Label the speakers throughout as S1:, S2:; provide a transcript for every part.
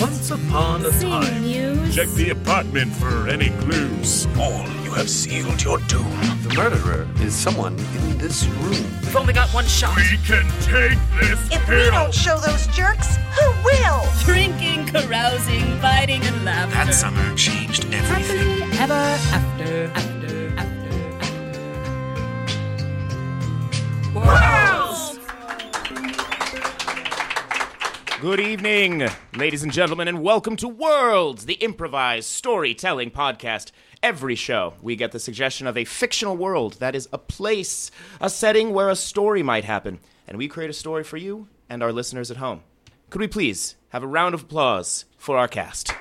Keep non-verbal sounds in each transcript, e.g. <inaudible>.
S1: Once upon a
S2: City
S1: time,
S2: news.
S3: Check the apartment for any clues.
S4: All you have sealed your doom.
S1: the murderer is someone in this room.
S5: We've only got one shot.
S3: We can take this
S6: If we don't show those jerks, who will?
S5: Drinking, carousing, fighting, and laughter.
S4: That summer changed everything.
S5: ever after, after, after.
S7: Oh,
S5: Worlds!
S8: Good evening, ladies and gentlemen, and welcome to Worlds, the improvised storytelling podcast. Every show, we get the suggestion of a fictional world that is a place, a setting where a story might happen, and we create a story for you and our listeners at home. Could we please have a round of applause for our cast?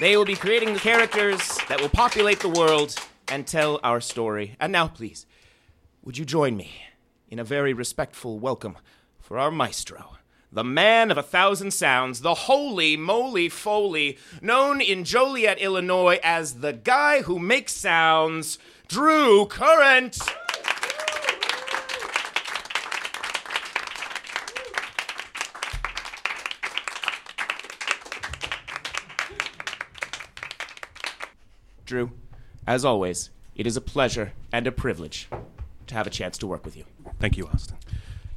S8: They will be creating the characters that will populate the world and tell our story. And now, please, would you join me in a very respectful welcome for our maestro, the man of a thousand sounds, the holy moly foley, known in Joliet, Illinois as the guy who makes sounds, Drew Current. Drew, as always, it is a pleasure and a privilege to have a chance to work with you.
S9: Thank you, Austin.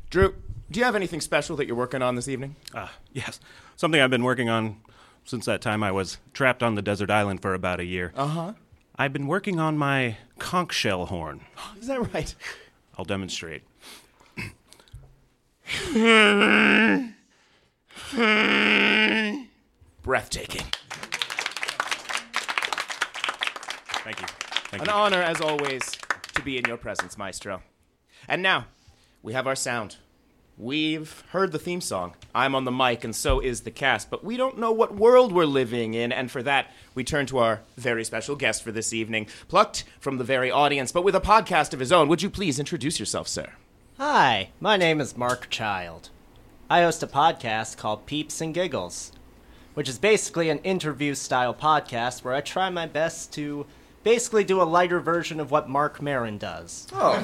S8: Drew, do you have anything special that you're working on this evening?
S9: Uh, yes, something I've been working on since that time I was trapped on the desert island for about a year. Uh huh. I've been working on my conch shell horn.
S8: Is that right?
S9: I'll demonstrate.
S8: Breathtaking.
S9: Thank you. Thank
S8: An
S9: you.
S8: honor, as always, to be in your presence, Maestro. And now, we have our sound. We've heard the theme song. I'm on the mic, and so is the cast, but we don't know what world we're living in, and for that, we turn to our very special guest for this evening, plucked from the very audience, but with a podcast of his own. Would you please introduce yourself, sir?
S10: Hi, my name is Mark Child. I host a podcast called Peeps and Giggles, which is basically an interview style podcast where I try my best to basically do a lighter version of what Mark Marin does.
S8: Oh.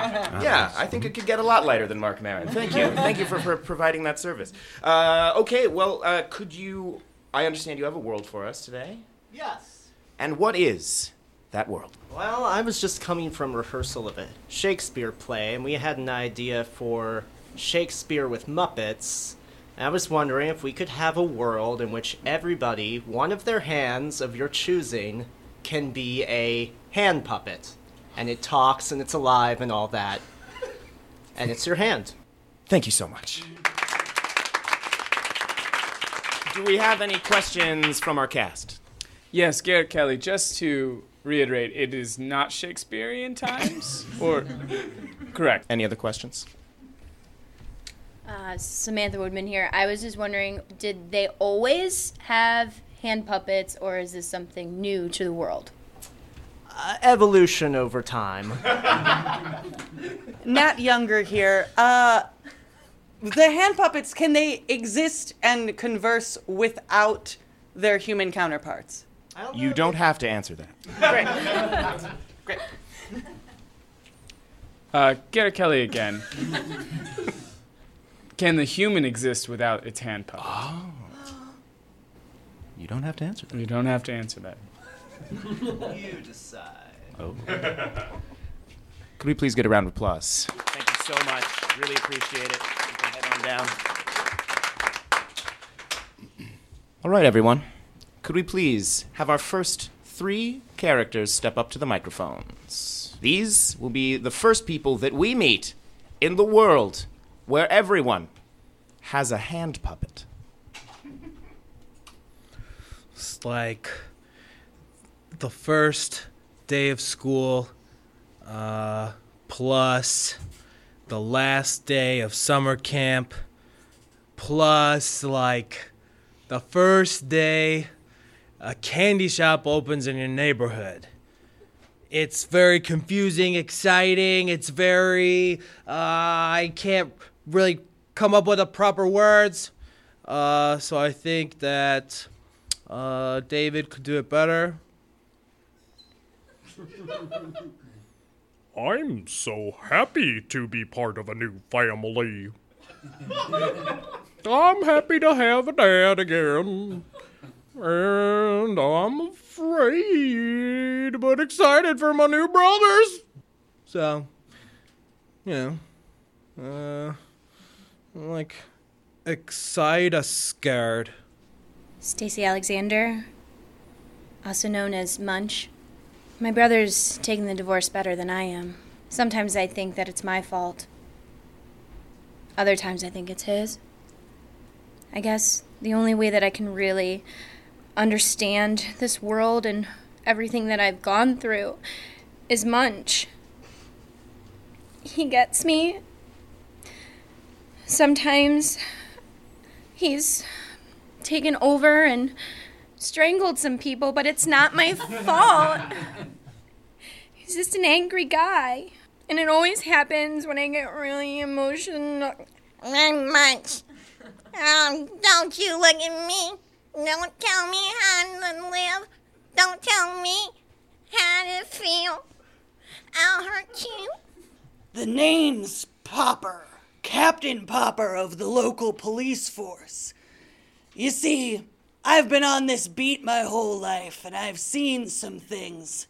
S8: <laughs> Yeah, I think it could get a lot lighter than Mark Maron. Thank you. Thank you for, for providing that service. Uh, okay, well, uh, could you. I understand you have a world for us today.
S10: Yes.
S8: And what is that world?
S10: Well, I was just coming from rehearsal of a Shakespeare play, and we had an idea for Shakespeare with Muppets. And I was wondering if we could have a world in which everybody, one of their hands of your choosing, can be a hand puppet. And it talks and it's alive and all that. And it's your hand.
S8: Thank you so much. Do we have any questions from our cast?
S11: Yes, Garrett Kelly, just to reiterate, it is not Shakespearean times? or. Correct.
S8: Any other questions?
S2: Uh, Samantha Woodman here. I was just wondering, did they always have hand puppets, or is this something new to the world?
S10: Uh, Evolution over
S8: <laughs>
S10: time.
S6: Matt Younger here. Uh, the hand puppets, can they exist and converse without their human counterparts?
S8: You don't have to answer that.
S5: <laughs>
S11: Uh, Garrett Kelly again. Can the human exist without its hand puppet?
S1: Oh.
S9: You don't have to answer that.
S11: You don't have to answer that.
S10: You decide.
S8: Oh. <laughs> Could we please get a round of applause? Thank you so much. Really appreciate it. You can head on down. All right, everyone. Could we please have our first three characters step up to the microphones? These will be the first people that we meet in the world where everyone has a hand puppet.
S12: It's like the first day of school, uh, plus the last day of summer camp, plus like the first day a candy shop opens in your neighborhood. It's very confusing, exciting. It's very, uh, I can't really come up with the proper words. Uh, so I think that uh, David could do it better.
S3: I'm so happy to be part of a new family.
S13: I'm happy to have a dad again. And I'm afraid, but excited for my new brothers.
S12: So, you know, uh, like, excited, uh, scared.
S2: Stacy Alexander, also known as Munch. My brother's taking the divorce better than I am. Sometimes I think that it's my fault. Other times I think it's his. I guess the only way that I can really understand this world and everything that I've gone through is Munch. He gets me. Sometimes he's taken over and strangled some people, but it's not my <laughs> fault. He's just an angry guy. And it always happens when I get really emotional.
S14: Not much. Um, don't you look at me. Don't tell me how to live. Don't tell me how to feel. I'll hurt you.
S15: The name's Popper, Captain Popper of the local police force. You see, I've been on this beat my whole life and I've seen some things,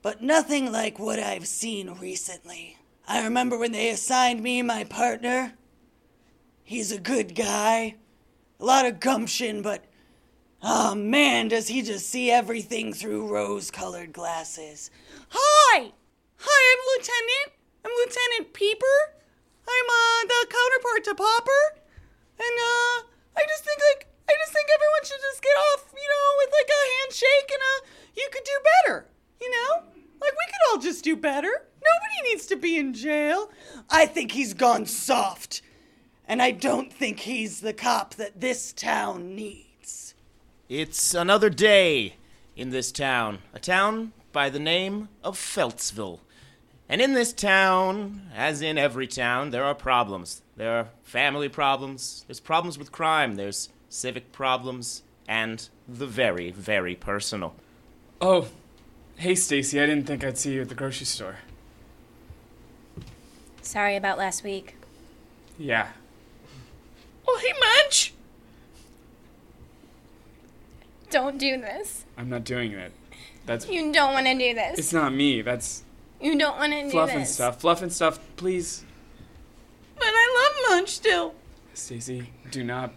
S15: but nothing like what I've seen recently. I remember when they assigned me my partner. He's a good guy, a lot of gumption, but oh man, does he just see everything through rose colored glasses.
S16: Hi! Hi, I'm Lieutenant. I'm Lieutenant Peeper. I'm uh, the counterpart to Popper. And uh, I just think like I just think everyone should just get off, you know, with like a handshake and a you could do better, you know? Like we could all just do better. Nobody needs to be in jail.
S15: I think he's gone soft, and I don't think he's the cop that this town needs.
S8: It's another day in this town, a town by the name of Feltsville. And in this town, as in every town, there are problems. There are family problems, there's problems with crime, there's civic problems, and the very, very personal.
S11: Oh, hey, Stacy. I didn't think I'd see you at the grocery store.
S2: Sorry about last week.
S11: Yeah.
S2: Oh, hey, Munch! Don't do this.
S11: I'm not doing it. That's.
S2: You don't want to do this.
S11: It's not me. That's
S2: You don't want to do
S11: fluff
S2: this.
S11: and stuff. Fluff and stuff. Please,
S16: But I love Munch still.
S11: Stacy, do not.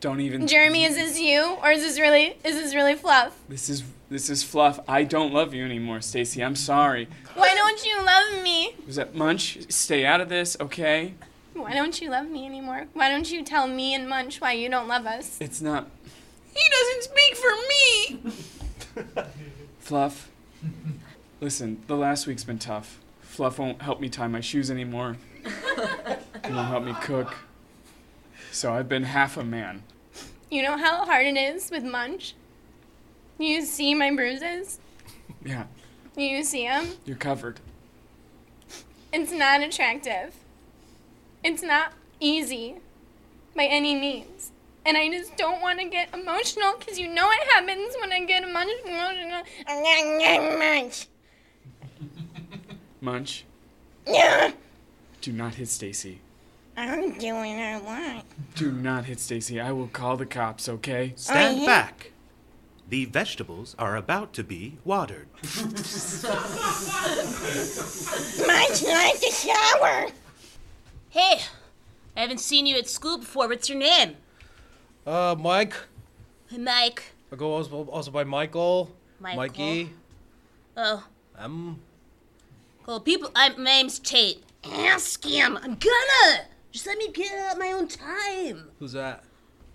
S11: Don't even.
S2: Jeremy, is this you or is this really is this really fluff?
S11: This is this is fluff. I don't love you anymore, Stacy. I'm sorry.
S2: Why don't you love me?
S11: Was that Munch? Stay out of this, okay?
S2: Why don't you love me anymore? Why don't you tell me and Munch why you don't love us?
S11: It's not
S16: He doesn't speak for me.
S11: Fluff. Listen, the last week's been tough. Fluff won't help me tie my shoes anymore. He won't help me cook. So I've been half a man.
S2: You know how hard it is with Munch? You see my bruises?
S11: Yeah,
S2: You see them?
S11: you're covered.
S2: It's not attractive. It's not easy by any means. And I just don't want to get emotional because you know what happens when I get emo- emotional.
S11: Munch. Do not hit Stacy.
S14: I'm doing a lot.
S11: Do not hit Stacy. I will call the cops, okay?
S14: Stand I- back.
S17: The vegetables are about to be watered.
S14: Much like the shower.
S18: Hey, I haven't seen you at school before. What's your name?
S12: Uh, Mike.
S18: Mike.
S12: I go also, also by Michael.
S18: Michael.
S12: Mikey.
S18: Oh,
S12: Um,
S18: cool. People, I, my name's Tate. Ask him. I'm gonna. Just let me get it at my own time.
S12: who's that?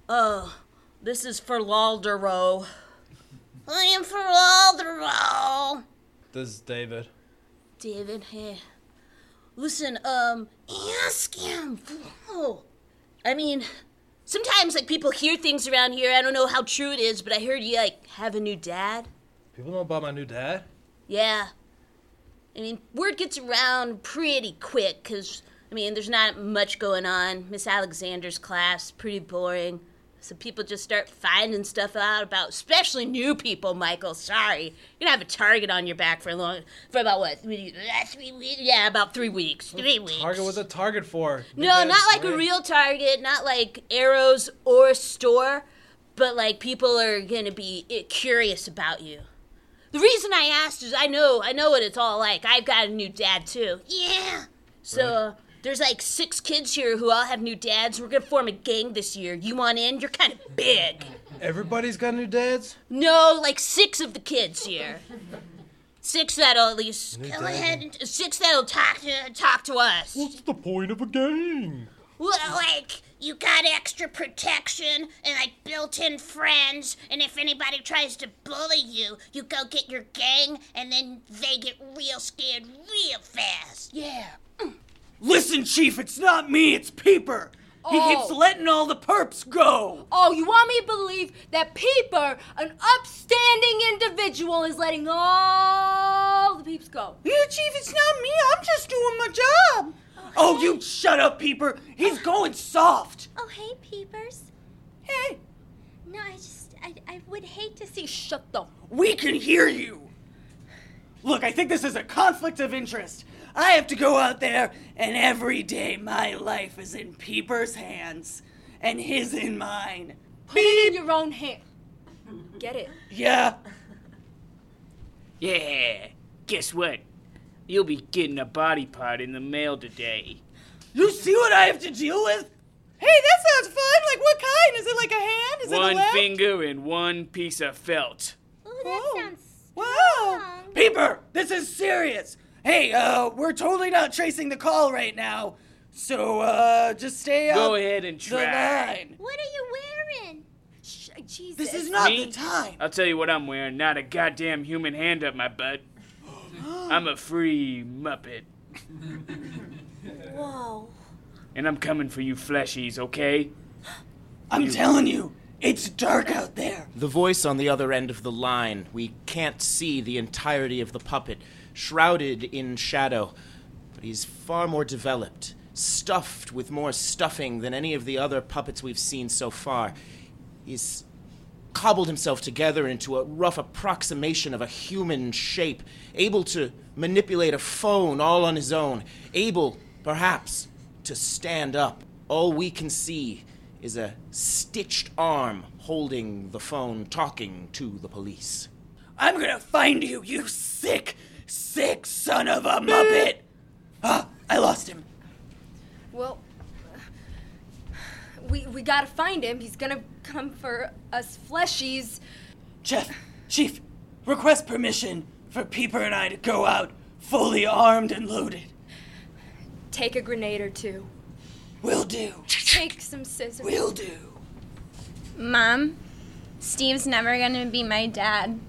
S18: Oh, this is for Laldero.
S14: I am for all the roll.
S12: This is David.
S18: David, hey. Listen, um, ask him. Oh, I mean, sometimes, like, people hear things around here. I don't know how true it is, but I heard you, like, have a new dad.
S12: People know about my new dad?
S18: Yeah. I mean, word gets around pretty quick because, I mean, there's not much going on. Miss Alexander's class, pretty boring. So people just start finding stuff out about, especially new people. Michael, sorry, you're gonna have a target on your back for long, for about what? Last three weeks? Yeah, about three weeks. Three weeks.
S12: Target was a target for.
S18: No,
S12: Big
S18: not
S12: ass
S18: like a
S12: square.
S18: real target, not like arrows or store, but like people are gonna be eh, curious about you. The reason I asked is I know I know what it's all like. I've got a new dad too. Yeah. So uh, there's like six kids here who all have new dads. We're gonna form a gang this year. You want in? You're kind of big.
S12: Everybody's got new dads.
S18: No, like six of the kids here. Six that'll at least
S12: New
S18: go
S12: dad.
S18: ahead and six that'll talk to talk to us.
S13: What's the point of a game?
S18: Well,
S5: like
S18: you got extra protection and like built-in friends, and if anybody tries to bully you, you go get your gang, and then they get real scared real fast. Yeah.
S15: Listen, Chief, it's not me, it's Peeper. He keeps
S19: Oh.
S15: letting all the perps go.
S19: Oh, you want me to believe that Peeper, an upstanding individual, is letting all the peeps go? Yeah, Chief, it's not me. I'm just doing my job.
S15: Oh, you shut up, Peeper. He's going soft.
S7: Oh, hey, peepers.
S15: Hey.
S7: No, I just, I, I would hate to see. Shut
S19: the.
S15: We can hear you. Look, I think this is a conflict of interest. I have to go out there, and every day my life is in Peeper's hands, and his in mine.
S19: Put it in your own hand. Get it?
S15: Yeah.
S20: <laughs> Yeah, guess what? You'll be getting a body part in the mail today.
S15: You see what I have to deal with?
S16: Hey, that sounds fun. Like, what kind? Is it like a hand? Is it a
S20: one
S16: leg?
S20: finger and one piece of felt.
S15: Wow! Oh, Peeper, this is serious. Hey, uh, we're totally not tracing the call right now, so uh, just stay
S20: Go
S15: on
S20: ahead and
S15: the
S20: try.
S15: line.
S7: What are you wearing? Sh- Jesus.
S15: This is not
S20: Me?
S15: the time.
S20: I'll tell you what I'm wearing. Not a goddamn human hand up
S15: <gasps>
S20: my butt. I'm a
S15: <laughs>
S20: free Muppet,
S7: Whoa.
S20: and I'm coming for you fleshies, okay?
S15: <gasps> I'm telling you, it's dark out there.
S8: The voice on the other end of the line. We can't see the entirety of the puppet, shrouded in shadow. But he's far more developed, stuffed with more stuffing than any of the other puppets we've seen so far. He's cobbled himself together into a rough approximation of a human shape, able to manipulate a phone all on his own, able, perhaps, to stand up. All we can see is a stitched arm holding the phone, talking to the police.
S15: I'm gonna find you, you sick, sick son of a muppet! Ah, I lost him.
S19: Well, we we gotta find him. He's gonna come for us fleshies.
S15: Jeff, Chief, request permission for Peeper and I to go out fully armed and loaded.
S19: Take a grenade or two.
S15: Will do.
S19: Take some scissors.
S15: Will do.
S2: Mom, Steve's never gonna be my dad.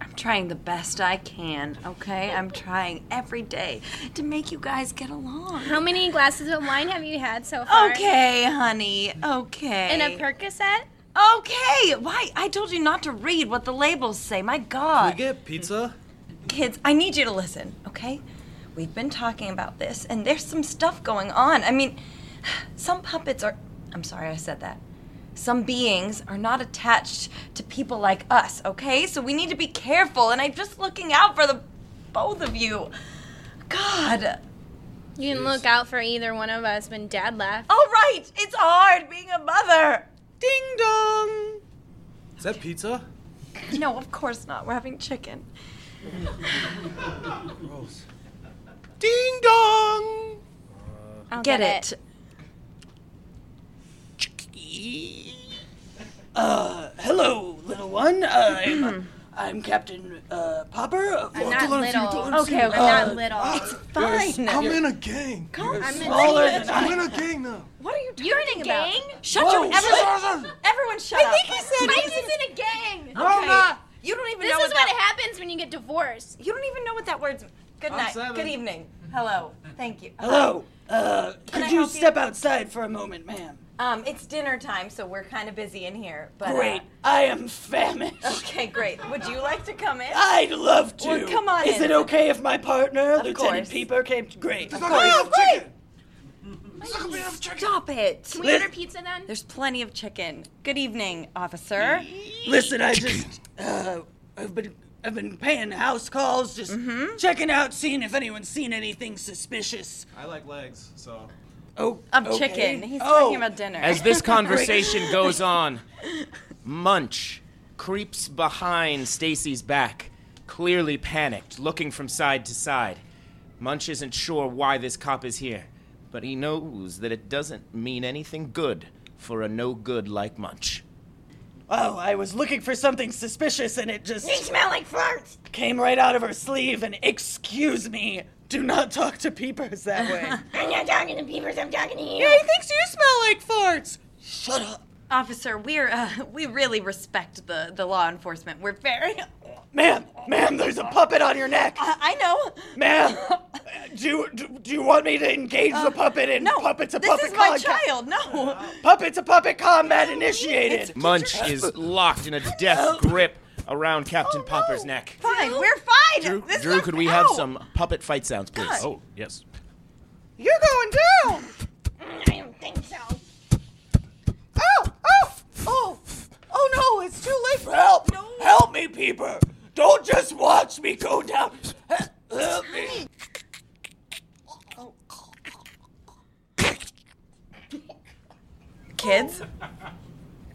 S21: I'm trying the best I can, okay? I'm trying every day to make you guys get along.
S2: How many glasses of wine have you had so far?
S21: Okay, honey. Okay.
S2: And a Percocet?
S21: Okay. Why? I told you not to read what the labels say. My God.
S12: Can we get pizza?
S21: Kids, I need you to listen, okay? We've been talking about this, and there's some stuff going on. I mean, some puppets are. I'm sorry I said that. Some beings are not attached to people like us, okay? So we need to be careful, and I'm just looking out for the both of you. God.
S2: You didn't look out for either one of us when Dad left.
S21: All right, it's hard being a
S2: Er,
S21: mother.
S16: Ding dong.
S12: Is that pizza?
S21: No, of course not. We're having chicken.
S12: Gross.
S16: Ding dong.
S21: I'll
S16: get
S21: it.
S15: Uh, hello, little one. Uh, I'm, I'm Captain uh, Popper. Of
S2: I'm not little.
S15: Okay, okay.
S2: I'm
S15: Uh, Oh,
S2: not little.
S15: it's fine.
S2: I'm in
S15: a gang.
S2: You're I'm in a
S15: smaller
S2: gang.
S15: than I
S2: I'm in
S15: a gang now.
S21: What are you talking
S2: You're in a
S21: about?
S2: gang?
S21: Shut
S2: Whoa,
S21: your
S2: shut
S21: everyone, everyone shut
S2: I
S21: up.
S2: think he said Mike he's- is
S21: in a gang.
S2: No, I'm not.
S21: You don't even
S2: This
S21: know
S2: is
S21: what
S2: what
S21: that,
S2: happens when you get divorced.
S21: You don't even know what that word's. Good
S15: I'm
S21: night.
S15: seven.
S21: Good evening. Hello. Thank you.
S15: Hello. Uh,
S21: Can I
S15: could you
S21: help you?
S15: step outside for a moment, ma'am?
S21: Um, it's dinner time, so we're kind of busy in here. But uh,
S15: Great. I am famished.
S21: okay, great. Would you like to come in?
S15: I'd love to.
S21: Well, come on
S15: Is
S21: in.
S15: it okay if my partner,
S21: Of
S15: Lieutenant
S21: course.
S15: Peeper, came? Great.
S21: Of course.
S15: great.
S21: Why are you of chicken. Stop it.
S19: Can we order pizza then?
S21: There's plenty of chicken. Good evening, officer.
S15: Listen, I just uh, I've been I've been paying house calls, just checking out, seeing if anyone's seen anything suspicious.
S1: I like legs,
S13: <laughs>
S1: so.
S15: Oh,
S21: Of
S15: okay.
S21: chicken. He's
S15: Oh.
S21: talking about dinner. <laughs>
S8: As this conversation goes on, Munch creeps behind Stacy's back, clearly panicked, looking from side to side. Munch isn't sure why this cop is here, but he knows that it doesn't mean anything good for a no good like Munch.
S15: Oh, I was looking for something suspicious and it just.
S2: You smell like farts.
S15: Came right out of her sleeve and excuse me, do not talk to peepers that way.
S2: I'm not talking to peepers. I'm talking to you.
S15: Yeah, he thinks you smell like farts. Shut up.
S21: Officer, we're uh, <laughs> we really respect the, the law enforcement. We're very <laughs>
S15: Ma'am, ma'am, there's a puppet on your neck.
S21: I- I know.
S15: Ma'am, do, do, do you want me to engage the puppet in puppet to puppet
S21: This is my
S15: contact?
S21: child. No.
S15: Puppet to puppet combat initiated.
S8: Munch is
S21: <laughs>
S8: locked in a
S21: Oh.
S8: death grip around Captain Popper's neck.
S21: Fine. We're fine.
S8: Drew,
S21: Oh, This
S8: Drew
S21: is
S8: could we
S21: out.
S8: have some puppet fight sounds, please?
S21: God.
S8: Oh, yes.
S16: You're going down. I don't think so. Oh, oh, oh, oh no, it's too late.
S15: Help! Help me, Peeper! Don't just watch me go down. Help me.
S19: <laughs>
S21: Kids,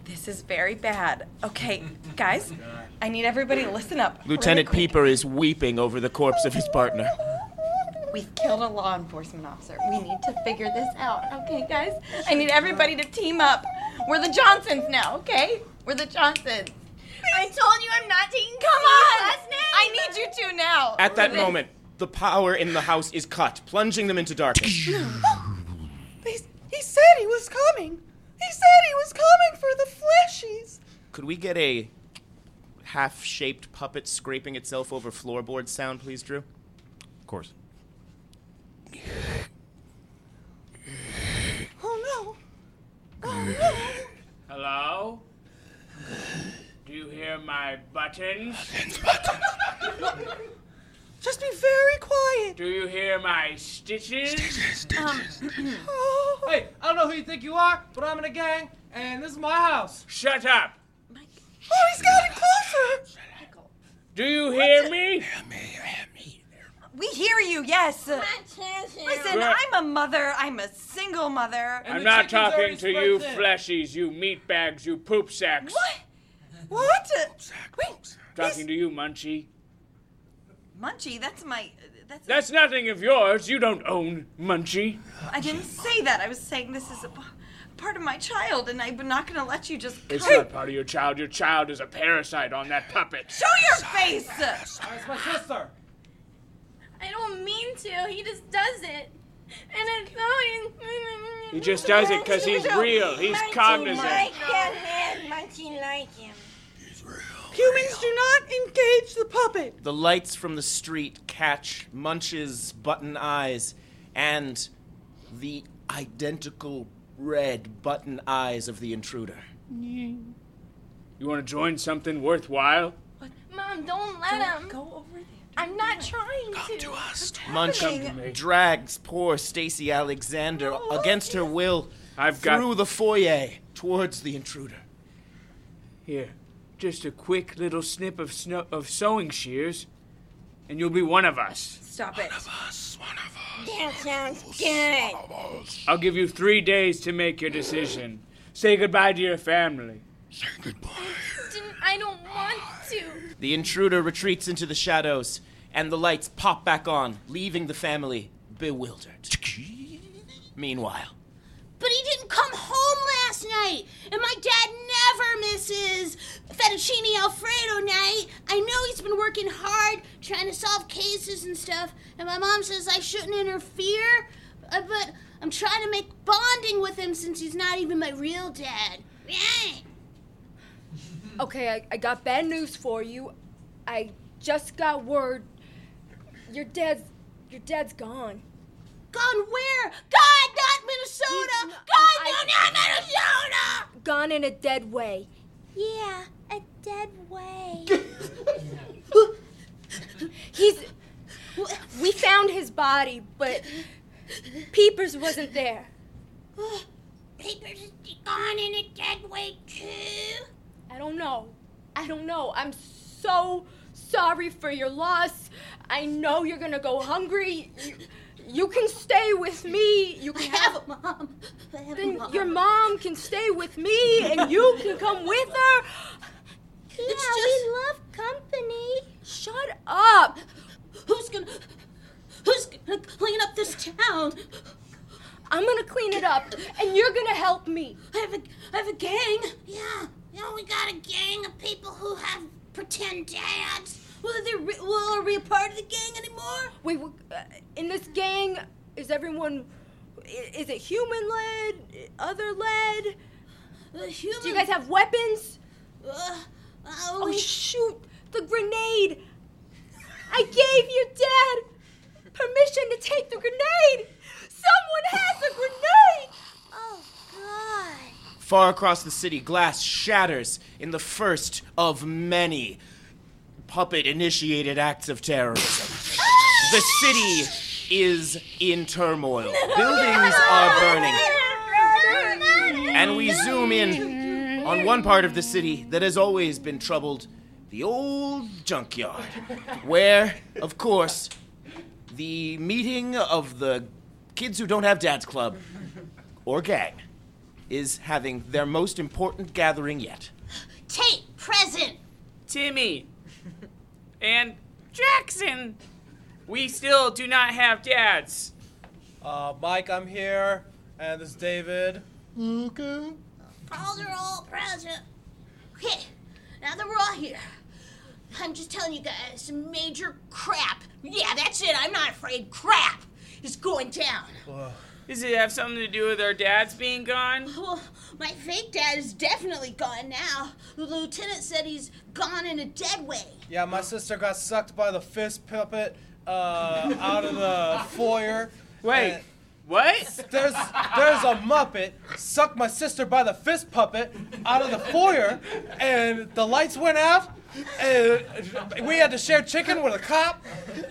S21: this is very bad. Okay, guys, I need everybody to listen up.
S8: Lieutenant Peeper is weeping over the corpse of his partner.
S21: We've killed a law enforcement officer. We need to figure this out. Okay, guys? I need everybody to team up. We're the Johnsons now, okay? We're the Johnsons. I told you I'm not taking Come on! I need you two now.
S8: At that moment, the power in the house is cut, plunging them into darkness.
S16: He, he said he was coming. He said he was coming for the fleshies.
S8: Could we get a half shaped puppet scraping itself over floorboards sound, please, Drew?
S9: Of course.
S16: Oh no. Oh no.
S11: Hello? Do you hear my buttons? <laughs>
S16: Just be very quiet.
S11: Do you hear my stitches? Um,
S1: hey, I don't know who you think you are, but I'm in a gang, and this is my house.
S11: Shut up!
S16: Oh, he's getting closer.
S11: Do you hear me?
S21: We hear you, yes. Listen,
S11: Right.
S21: I'm a mother. I'm a single mother.
S11: I'm not talking to you fleshies, you meatbags, you poop sacks.
S21: What? What? Wait,
S11: Talking to you, Munchie.
S21: Munchie, that's my. That's.
S11: That's nothing of yours. You don't own Munchie.
S21: I didn't say that. I was saying this is a p- part of my child, and I'm not going to let you just.
S11: It's
S21: cut-
S11: not part of your child. Your child is a parasite on that puppet.
S21: Show your face. It's
S1: my sister.
S19: I don't mean to. He just does it. And it's going.
S11: He just does it because he's real. He's cognizant.
S7: like that man. Monkey like him.
S16: Humans do not engage the puppet.
S8: The lights from the street catch Munch's button eyes and the identical red button eyes of the intruder.
S11: You want to join something worthwhile?
S19: Mom, don't let him. Go
S21: over there.
S19: I'm not trying to.
S21: to us.
S8: Munch drags poor Stacy Alexander against her will
S11: got-
S8: through the foyer towards the intruder.
S11: Here, just a quick little snip of snow- of sewing shears, and you'll be one of us.
S21: Stop it.
S7: That sounds good.
S11: I'll give you three days to make your decision. Say goodbye to your family.
S19: Didn't- I don't want to.
S8: The intruder retreats into the shadows, and the lights pop back on, leaving the family bewildered. Meanwhile,
S18: But he didn't come home last night, and my dad never misses fettuccine alfredo night. I know he's been working hard trying to solve cases and stuff, and my mom says I shouldn't interfere, uh, but I'm trying to make bonding with him since he's not even my real dad.
S19: Okay, I, I got bad news for you. I just got word. Your dad's your dad's gone.
S18: Gone where? God, not Minnesota. God, no, not Minnesota.
S19: Gone in a dead way.
S7: Yeah, a dead way.
S19: He's. We found his body, but Peepers wasn't there.
S7: Papers gone in a dead way too.
S19: I don't know. I don't know. I'm so sorry for your loss. I know you're gonna go hungry. You, you can stay with me. You can have, a mom. then
S7: mom.
S19: your mom can stay with me, and you can come with her.
S7: Yeah, we love company.
S19: Shut up.
S18: Who's gonna Who's gonna clean up this town?
S19: I'm gonna clean it up, and you're gonna help me.
S18: I have a I have a gang.
S7: Yeah, you know, we got a gang of people who have pretend dads.
S18: Well, they're re- well, are we a part of the gang anymore?
S19: Wait, w- uh, in this gang, is everyone? i- Is it human led? Other led? Do you guys have weapons? oh shoot! The grenade. I gave your dad permission to take the grenade. Someone has a grenade.
S7: Oh God.
S8: Far across the city, glass shatters in the first of many puppet initiated acts of terrorism. the city is in turmoil. Buildings are burning. And we zoom in on one part of the city that has always been troubled the old junkyard,
S1: <laughs>
S8: where, of course, the meeting of the kids who don't have dads club or gang is having their most important gathering yet.
S7: Tate present.
S20: Timmy and Jackson. We still do not have dads.
S12: Uh, Mike, I'm here, and this is David.
S7: Okay.
S18: All are all present. Okay, now that we're all here, I'm just telling you guys some major crap. Yeah, that's it. I'm not afraid. Crap is going down.
S20: Does it have something to do with our dads being gone?
S18: Well, my fake dad is definitely gone now. The lieutenant said he's gone in a dead way.
S1: Yeah, my sister got sucked by the fist puppet uh, out of the foyer. Wait,
S20: what?
S1: There's there's a Muppet sucked my sister by the fist puppet out of the foyer, and the lights went out, and we had to share chicken with a cop.
S18: Wait,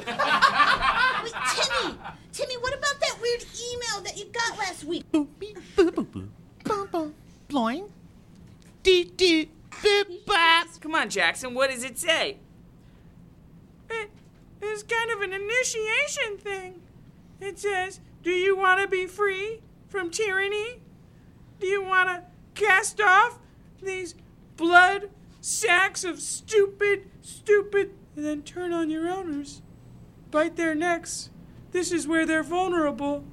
S18: Timmy! Timmy, what about that weird email that you got last week?
S20: Bloing. Dee dee boop bop. Come on, Jackson. What does it say? It is kind of an initiation thing. It says, "Do you want to be free from tyranny? Do you want to cast off these blood sacks of stupid, stupid, and then turn on your owners, bite their necks? This is where they're vulnerable."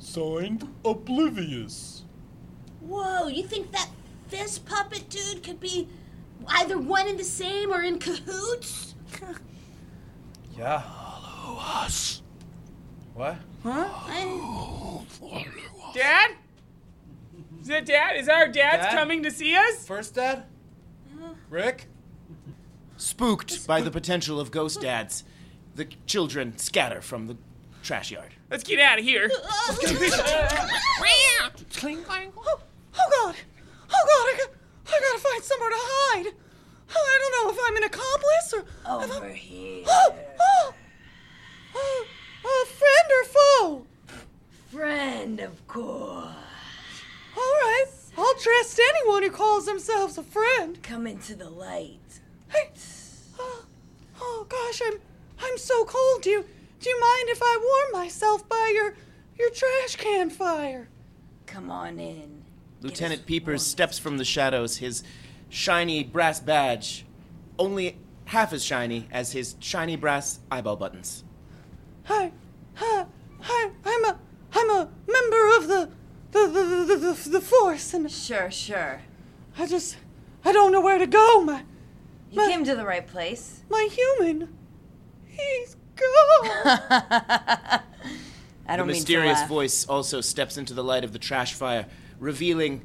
S3: Signed Oblivious.
S18: Whoa, you think that fist puppet dude could be either one and the same or in cahoots?
S1: Yeah.
S18: Follow us.
S1: What?
S20: Huh? Dad? Is that dad? Is our dad's
S1: Dad?
S20: coming to see us?
S1: First dad?
S8: Rick? Spooked by the potential of ghost dads, the children scatter from the trash yard.
S20: Let's get out of here.
S16: Oh, oh God! Oh God! I, got, I gotta find somewhere to hide. Oh, I don't know if I'm an accomplice or over if I'm, <gasps> here. Oh, oh, oh, oh, friend or foe?
S21: Friend, of course.
S16: All right, I'll trust anyone who calls themselves a friend.
S21: Come into the light.
S16: Hey, <gasps> oh, oh gosh, I'm I'm so cold. Do you do you mind if I warm myself by your your trash can fire?
S21: Come on in.
S8: Lieutenant Peepers steps from the shadows, his shiny brass badge only half as shiny as his shiny brass eyeball buttons.
S16: Hi, hi, hi. I'm a I'm a member of the the the the, the, the force and
S21: Sure, sure.
S16: I just I don't know where to go. My
S21: You came to the right place.
S16: my human, he's gone.
S21: I don't
S8: the
S21: mean to
S8: mysterious
S21: laugh.
S8: voice also steps into the light of the trash fire, revealing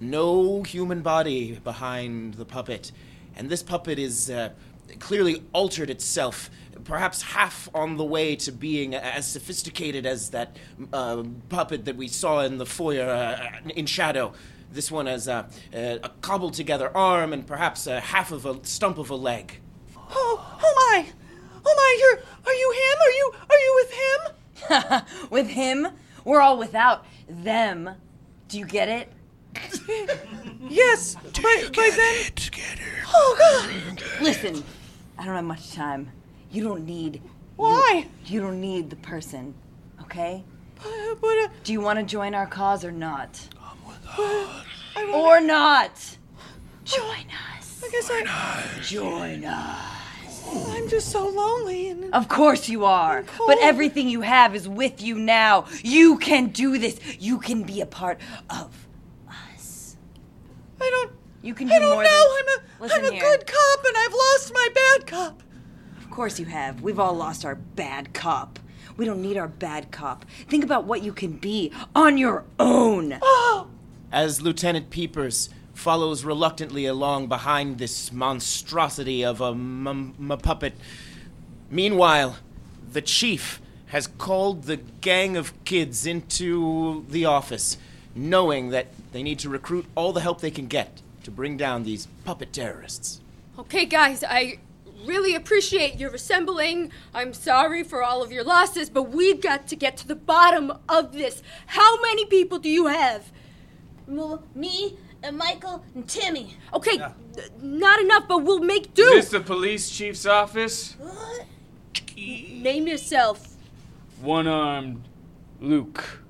S8: no human body behind the puppet. And this puppet is uh, clearly altered itself, perhaps half on the way to being as sophisticated as that uh, puppet that we saw in the foyer uh, in shadow. This one has uh, uh, a cobbled together arm and perhaps uh, half of a stump of a leg.
S16: Oh, oh my, oh my. You're are you him? Are you are you with
S21: <laughs>
S16: him?
S21: With him? We're all without them. Do you get <laughs> it?
S5: yes,
S21: by, by then. Oh, God. Listen, I don't have much time. You don't need. Why? You, don't need the person, okay? But, uh, Do you want to join our cause or not? <sighs> I'm with Or not. Join us. I guess I. Join us.
S16: I'm just so lonely and
S21: Of course you are. But everything you have is with you now. You can do this. You can be a part of us.
S16: I don't.
S21: You can do
S16: I don't
S21: more
S16: know.
S21: than-
S16: I'm a,
S21: Listen
S16: I'm a
S21: here.
S16: good cop and I've lost my bad cop.
S21: Of course you have. We've all lost our bad cop. We don't need our bad cop. Think about what you can be on your own.
S16: Oh,
S8: As Lieutenant Peepers follows reluctantly along behind this monstrosity of a m- m- puppet. Meanwhile, the chief has called the gang of kids into the office, knowing that they need to recruit all the help they can get to bring down these puppet terrorists.
S19: Okay, guys, I really appreciate your assembling. I'm sorry for all of your losses, but we've got to get to the bottom of this. How many people do you have?
S18: Well, me and Michael and Timmy.
S19: Okay, th- not enough, but we'll make do.
S11: Is this the police chief's office?
S19: Name yourself.
S11: One armed Luke.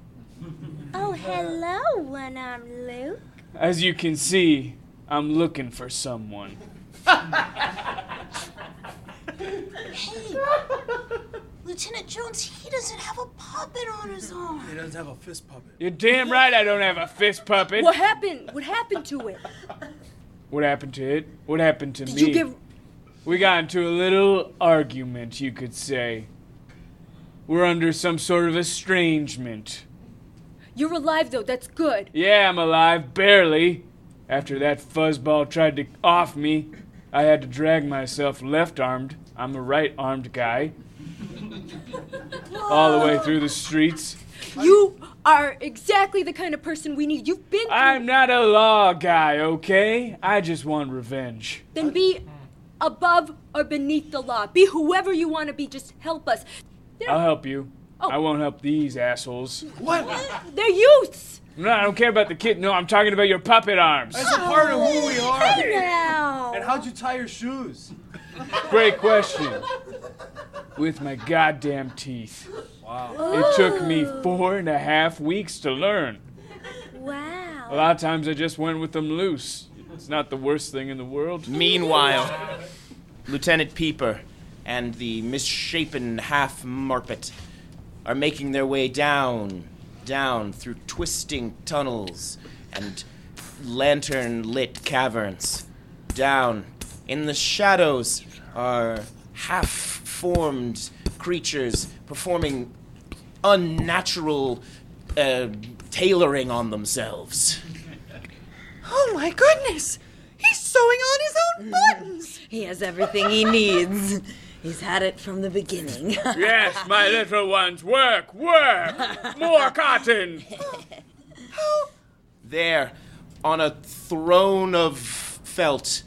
S7: Oh, hello, one armed Luke.
S11: As you can see, I'm looking for someone.
S7: Hey, Lieutenant Jones, he doesn't have a puppet on his arm.
S1: He doesn't have a fist puppet.
S11: You're damn right I don't have a fist puppet.
S19: What happened? What happened to it?
S11: What happened to it? What happened to
S19: Did
S11: me?
S19: you get.
S11: We got into a little argument, you could say. We're under some sort of estrangement.
S19: You're alive, though, that's good.
S11: Yeah, I'm alive, barely. After that fuzzball tried to off me, I had to drag myself left armed. I'm a right armed guy. All the way through the streets.
S19: You are exactly the kind of person we need. You've been.
S11: I'm not a law guy, okay? I just want revenge.
S19: Then be above or beneath the law. Be whoever you want to be. Just help us.
S11: I'll help you.
S19: Oh.
S11: I won't help these assholes.
S19: What? They're youths.
S11: No, I don't care about the kid. No, I'm talking about your puppet arms.
S1: That's a part of who we are.
S19: Hey now.
S1: And how'd you tie your shoes?
S11: Great question. With my goddamn teeth.
S1: Wow.
S11: It took me four and a half weeks to learn.
S7: Wow.
S11: A lot of times I just went with them loose. It's not the worst thing in the world.
S8: Meanwhile, Lieutenant Peeper and the misshapen half marpet are making their way down, down through twisting tunnels and lantern lit caverns. Down in the shadows are half formed creatures performing unnatural uh, tailoring on themselves.
S16: Oh my goodness! He's sewing on his own buttons.
S21: Mm. He has everything he needs. He's had it from the
S16: <laughs>
S21: beginning. <laughs>
S11: Yes, my little ones, work, work! More cotton!
S8: There, on a throne of felt,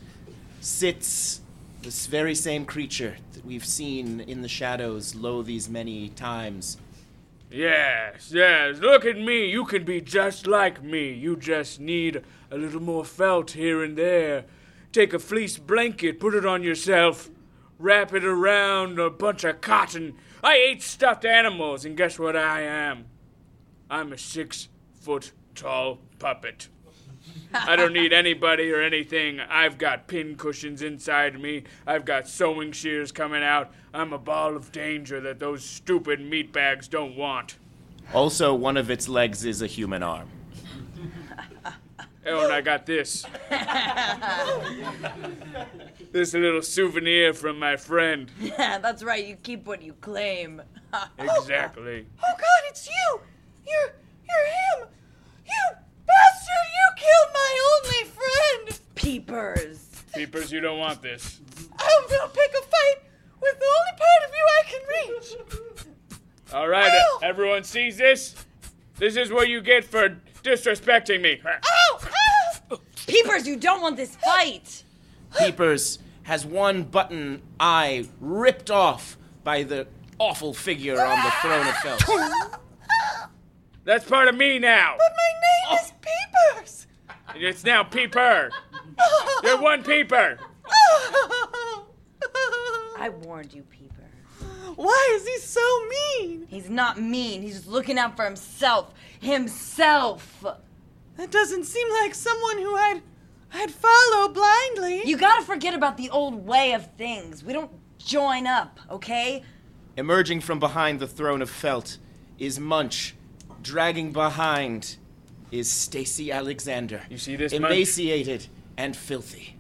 S8: sits this very same creature that we've seen in the shadows lo these many times.
S11: Yes, yes, look at me. You can be just like me. You just need a little more felt here and there. Take a fleece blanket, put it on yourself, wrap it around a bunch of cotton. I ate stuffed animals, and guess what I am? I'm a six foot tall puppet. I don't need anybody or anything. I've got pin cushions inside me. I've got sewing shears coming out. I'm a ball of danger that those stupid meatbags don't want.
S8: Also, one of its legs is a human arm.
S11: Oh, and I got this. this little souvenir from my friend.
S21: yeah, that's right. You keep what you claim. <laughs>
S11: Exactly.
S16: Oh God, it's you! You're you're him! You bastard! You killed my only friend!
S21: Peepers.
S11: Peepers, you don't want this.
S16: I'm gonna pick a fight with the only part of you I
S21: <laughs>
S16: can reach.
S11: All right, everyone sees this? This is what you get for disrespecting me.
S21: Peepers, you don't want this fight.
S8: Peepers has one button eye
S16: <gasps>
S8: ripped off by the awful figure on the throne of felt.
S11: That's part of me now.
S16: But my name is
S21: <laughs>
S16: Peepers. <laughs>
S11: It's now Peeper. You're one Peeper.
S21: I warned you, Peeper.
S16: Why is he so mean?
S21: He's not mean. He's just looking out for himself. Himself.
S16: That doesn't seem like someone who I'd I'd follow blindly.
S21: You gotta forget about the old way of things. We don't join up, okay?
S8: Emerging from behind the throne of felt is Munch. Dragging behind is Stacy Alexander. You see
S11: this, Munch?
S8: Emaciated and filthy.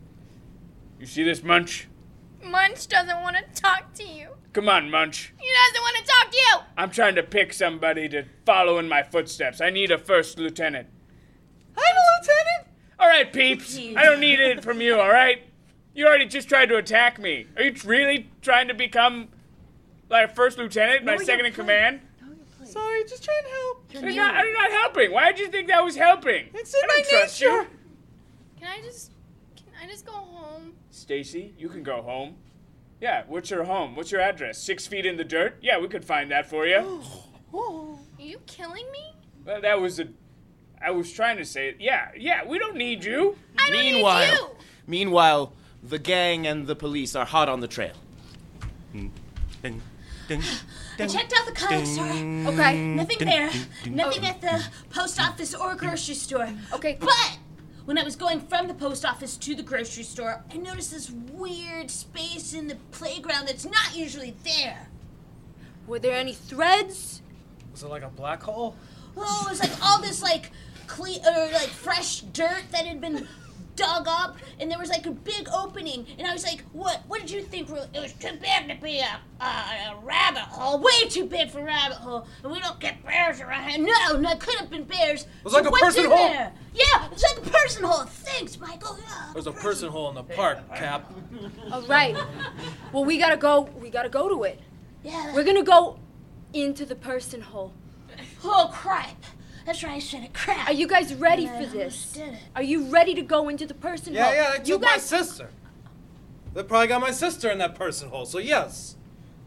S11: You see this, Munch?
S14: Munch doesn't want to talk to you.
S11: Come on, Munch.
S14: He doesn't want to talk to you.
S11: I'm trying to pick somebody to follow in my footsteps. I need a first lieutenant.
S16: I'm a lieutenant.
S11: All right, peeps. I don't need it from you, all right? You already just tried to attack me. Are you t- really trying to become like first lieutenant, my second in command?
S16: Sorry, just trying to help.
S11: You're not, you're not helping. Why did you think that was helping?
S16: It's in
S11: I
S16: my
S11: don't trust
S16: nature.
S11: you.
S14: Can I just can I just go home?
S11: Stacy, you can go home. Yeah, what's your home? What's your address? Six feet in the dirt? Yeah, we could find that for
S14: <gasps>
S11: you.
S14: Are you killing me?
S11: Well, that was a. I was trying to say it. Yeah, yeah, we don't need you.
S14: I don't
S8: meanwhile,
S14: need you.
S8: meanwhile, the gang and the police are hot on the trail.
S22: Ding, ding,
S18: I
S22: ding.
S18: checked out the comic store.
S22: Ding,
S18: Okay, nothing
S22: ding,
S18: there.
S22: ding, ding,
S18: Nothing
S22: ding,
S18: at the post office or grocery store. Okay. But when I was going from the post office to the grocery store, I noticed this weird space in the playground that's not usually there.
S19: Were there any threads?
S1: Was it like a black hole?
S18: Oh, it was like all this like cle- or like fresh dirt that had been dug up, and there was like a big opening. And I was like, "What? What did you think? Ru- It was too big to be a, a, a rabbit hole. Way too big for rabbit hole. And we don't get bears around here. No, no, it could have been bears. It
S1: was like a person hole.
S18: Yeah, it was like a person hole. Thanks, Michael. Yeah.
S1: There's a person hole in the park, Cap.
S19: All right. Well, we gotta go. We gotta go to it.
S18: Yeah.
S19: We're gonna go into the person hole.
S18: Oh crap! That's right. I said it. Crap.
S19: Are you guys ready
S18: And I
S19: for this?
S18: almost did it.
S19: Are you ready to go into the person
S1: Yeah,
S19: hole?
S1: yeah, they took
S19: you guys.
S1: my sister. They probably got my sister in that person hole, so yes.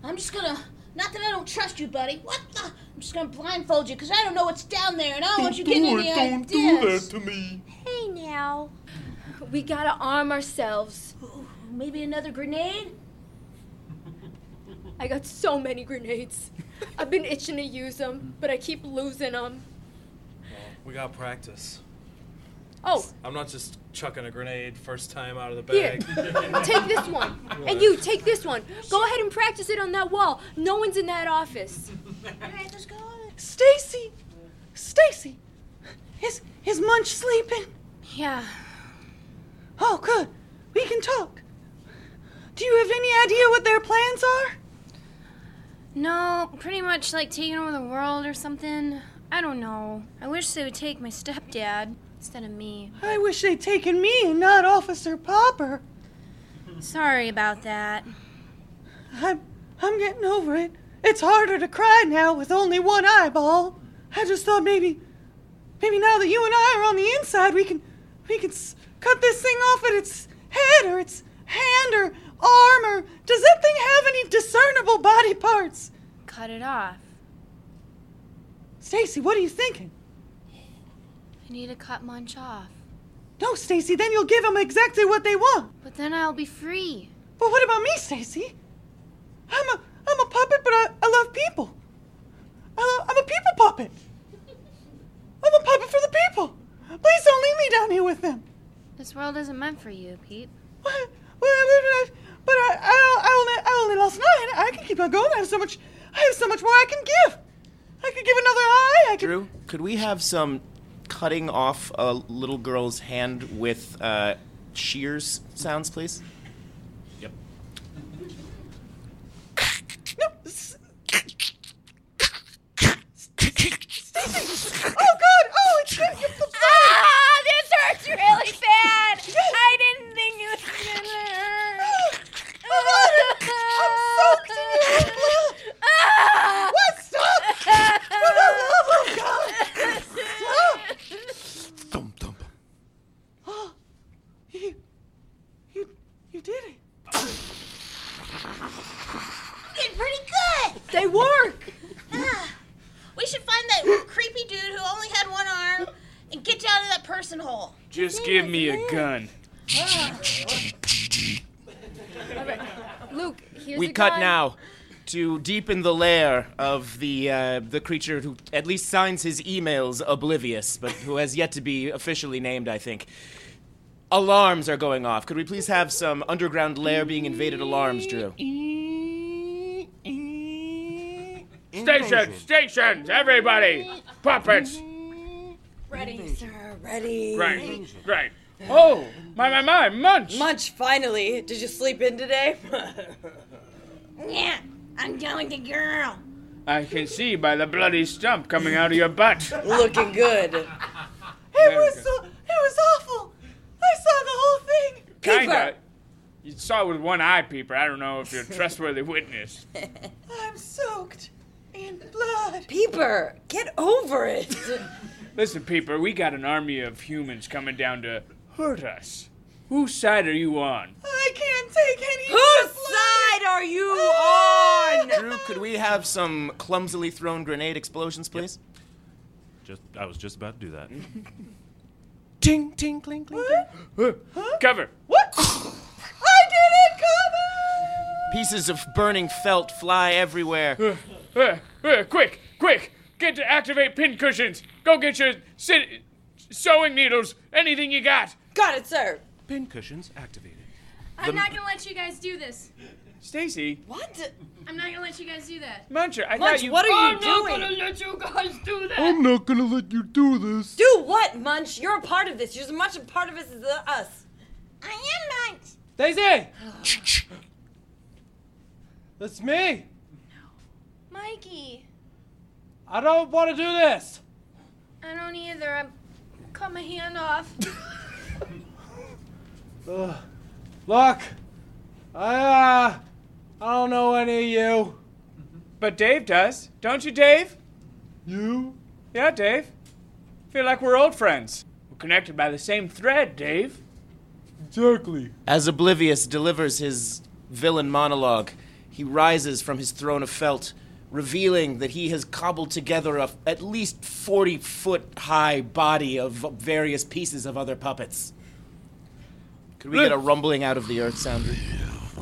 S18: I'm just gonna. Not that I don't trust you, buddy. What the? I'm just gonna blindfold you because I don't know what's down there, and I don't want you getting any ideas.
S23: to me.
S18: Hey now,
S19: We gotta arm ourselves.
S18: maybe another grenade.
S19: I got so many grenades. I've been itching to use them, but I keep losing them.
S1: We got practice.
S19: Oh,
S1: I'm not just chucking a grenade first time out of the
S19: Here, <laughs>
S1: bag.
S19: take this one. And you, take this one. Go ahead and practice it on that wall. No one's in that office.
S16: Stacy, Stacy, is is Munch sleeping?
S2: Yeah.
S16: Oh, good. We can talk. Do you have any idea what their plans are?
S2: No, pretty much like taking over the world or something. I don't know. I wish they would take my stepdad instead of me.
S16: I wish they'd taken me and not Officer Popper.
S2: Sorry about that.
S16: I'm I'm getting over it. It's harder to cry now with only one eyeball. I just thought maybe maybe now that you and I are on the inside, we can we can s- cut this thing off at its head or its hand or arm or does that thing have any discernible body parts?
S2: Cut it off.
S16: Stacy, what are you thinking?
S2: I need to cut Munch off.
S16: No, Stacy, then you'll give them exactly what they want.
S2: But then I'll be free.
S16: But what about me, Stacy? I'm a I'm a puppet, but I, I love people. I lo- I'm a people puppet. I'm a puppet for the people. Please don't leave me down here with them.
S2: This world isn't meant for you, Pete.
S16: What? But I, but I, I, I only I only lost nine. I can keep on going. I have so much. I have so much more I can give. I could give another eye. I could.
S8: Drew, could we have some cutting off a little girl's hand with uh, shears sounds, please? Yep.
S16: Stacy! Oh God! Oh, it's good. It's the
S14: Ah, this hurts really bad. I didn't think it was gonna hurt.
S16: Oh,
S14: I'm soaked in
S19: <laughs>
S14: your blood. What? <laughs> Stop! For the love of God! Stop!
S16: Oh, You, you, you
S18: Ah,
S24: person hole.
S25: Just give me a gun.
S19: Luke, here's
S8: we
S19: a
S8: cut
S19: gun.
S8: now to deepen the lair of the uh, the creature who at least signs his emails oblivious, but who has yet to be officially named, I think. Alarms are going off. Could we please have some underground lair being invaded alarms, Drew?
S11: Stations, stations, everybody! Puppets!
S16: Ready, sir.
S26: Ready.
S11: Right, right. Oh, my, my, my, Munch!
S16: Munch, finally. Did you sleep in today? <laughs>
S18: Yeah, I'm going to girl.
S11: I can see by the bloody stump coming out of your butt.
S16: Looking good. It
S11: was
S16: so, it was awful. I saw the whole thing.
S11: Kinda. You saw it with one eye, Peeper. I don't know if you're a trustworthy witness.
S16: I'm soaked in blood.
S21: Peeper, get over it.
S11: Listen, Peeper, we got an army of humans coming down to hurt us. Whose side are you on?
S16: I can't take any.
S21: Whose side are you on?
S8: <laughs> Drew, could we have some clumsily thrown grenade explosions, please?
S9: Just, I was just about to do that.
S8: Ting, ting, cling, cling.
S11: Cover.
S16: What? I didn't cover.
S8: Pieces of burning felt fly everywhere.
S21: <laughs>
S11: Uh, uh, quick, quick! Get to activate pin cushions. Go get your sit- sewing needles. Anything you got.
S16: Got it, sir.
S9: Pin cushions activated.
S11: The-
S14: I'm not gonna let you guys do this.
S11: Stacy.
S16: What?
S14: I'm not gonna let you guys do that.
S11: Muncher, I
S14: Munch,
S11: thought you.
S14: what are you
S11: I'm
S14: doing?
S11: Not gonna
S14: let you guys do that.
S27: I'm not gonna let you do this.
S21: Do what, Munch? You're a part of this. You're as much a part of this as uh, us.
S18: I am Munch.
S1: Daisy! That's me!
S14: Mikey,
S1: I don't want to do this!
S14: I don't either. I cut my hand off.
S1: Ugh. Look, I, uh, I don't know any of you.
S11: But Dave does, don't you, Dave?
S1: You?
S11: Yeah, Dave. Feel like we're old friends. We're connected by the same thread, Dave.
S8: Exactly. As Oblivious delivers his villain monologue, he rises from his throne of felt, revealing that he has cobbled together a, at least 40 foot high body of various pieces of other puppets. Could we get a rumbling out of the earth sound?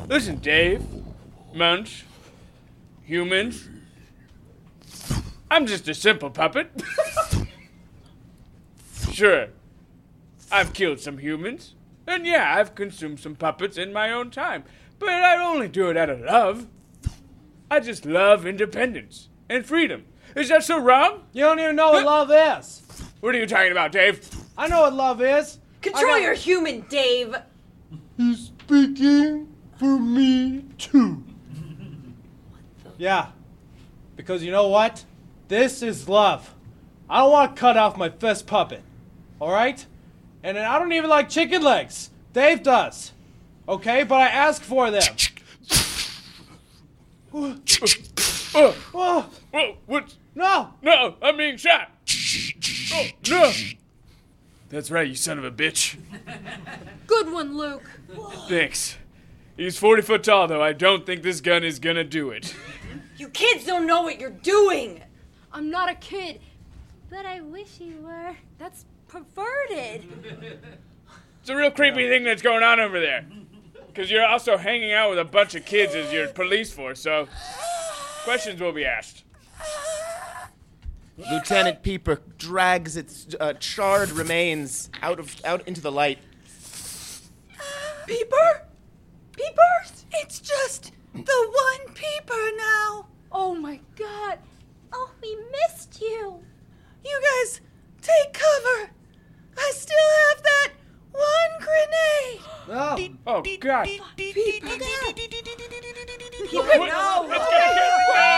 S11: Listen, Dave, Munch, humans. I'm just a simple puppet. <laughs> sure, I've killed some humans, and yeah, I've consumed some puppets in my own time, but I only do it out of love. I just love independence and freedom. Is that so wrong?
S1: You don't even know what love is.
S11: What are you talking about, Dave?
S1: I know what love is.
S21: Control your human, Dave.
S1: He's speaking for me too. Yeah, because you know what? This is love. I don't want to cut off my fist puppet, all right? And I don't even like chicken legs. Dave does, okay? But I asked for <laughs> them.
S11: Oh, Whoa, what?
S1: No!
S11: No, I'm being shot! Oh, no! That's right, you son of a bitch.
S19: Good one, Luke.
S11: Thanks. He's 40 foot tall, though. I don't think this gun is gonna do it.
S21: You kids don't know what you're doing.
S19: I'm not a kid, but I wish you were. That's perverted.
S11: It's a real creepy thing that's going on over there. Because you're also hanging out with a bunch of kids as your police force, so questions will be asked.
S8: Lieutenant Peeper drags its uh, charred remains out of out into the light.
S16: Peeper? Peepers? It's just the one peeper now.
S19: Oh my god. Oh, we missed you.
S16: You guys, take cover. I still have that one grenade.
S1: Oh,
S11: oh god.
S16: Peeper.
S11: Peeper,
S16: no.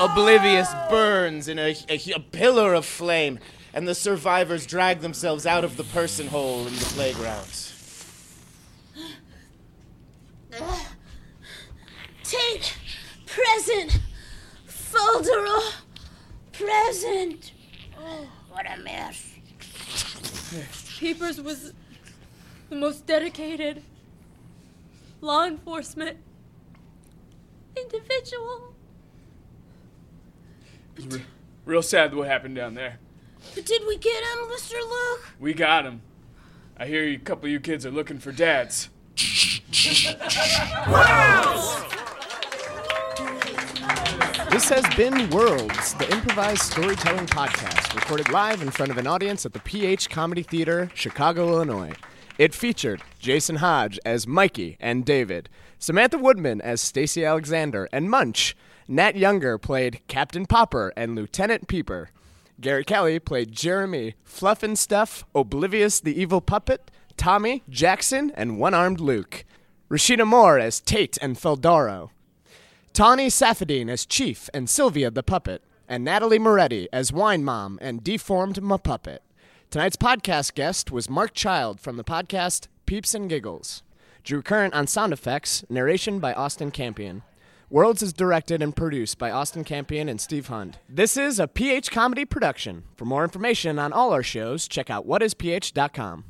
S8: Oblivious burns in a, a, a pillar of flame, and the survivors drag themselves out of the person hole in the playground.
S18: Ah. Take present. Folder present. Oh, what a mess.
S19: Peepers was the most dedicated law enforcement individual.
S25: It was re-
S6: Real sad what happened down there.
S18: But did we get him, Mr. Luke?
S6: We got him. I hear you, a couple of you kids are looking for dads.
S25: <laughs>
S17: This has been Worlds, the improvised storytelling podcast, recorded live in front of an audience at the PH Comedy Theater, Chicago, Illinois. It featured Jason Hodge as Mikey and David, Samantha Woodman as Stacy Alexander and Munch, Nat Younger played Captain Popper and Lieutenant Peeper, Gary Kelly played Jeremy, Fluff and Stuff, Oblivious the Evil Puppet, Tommy, Jackson, and One Armed Luke, Rashida Moore as Tate and Feldaro. Tawny Safadine as Chief and Sylvia the Puppet, and Natalie Moretti as Wine Mom and Deformed Ma Puppet. Tonight's podcast guest was Mark Child from the podcast Peeps and Giggles. Drew Current on sound effects, narration by Austin Campion. Worlds is directed and produced by Austin Campion and Steve Hund. This is a PH Comedy production. For more information on all our shows, check out whatisph.com.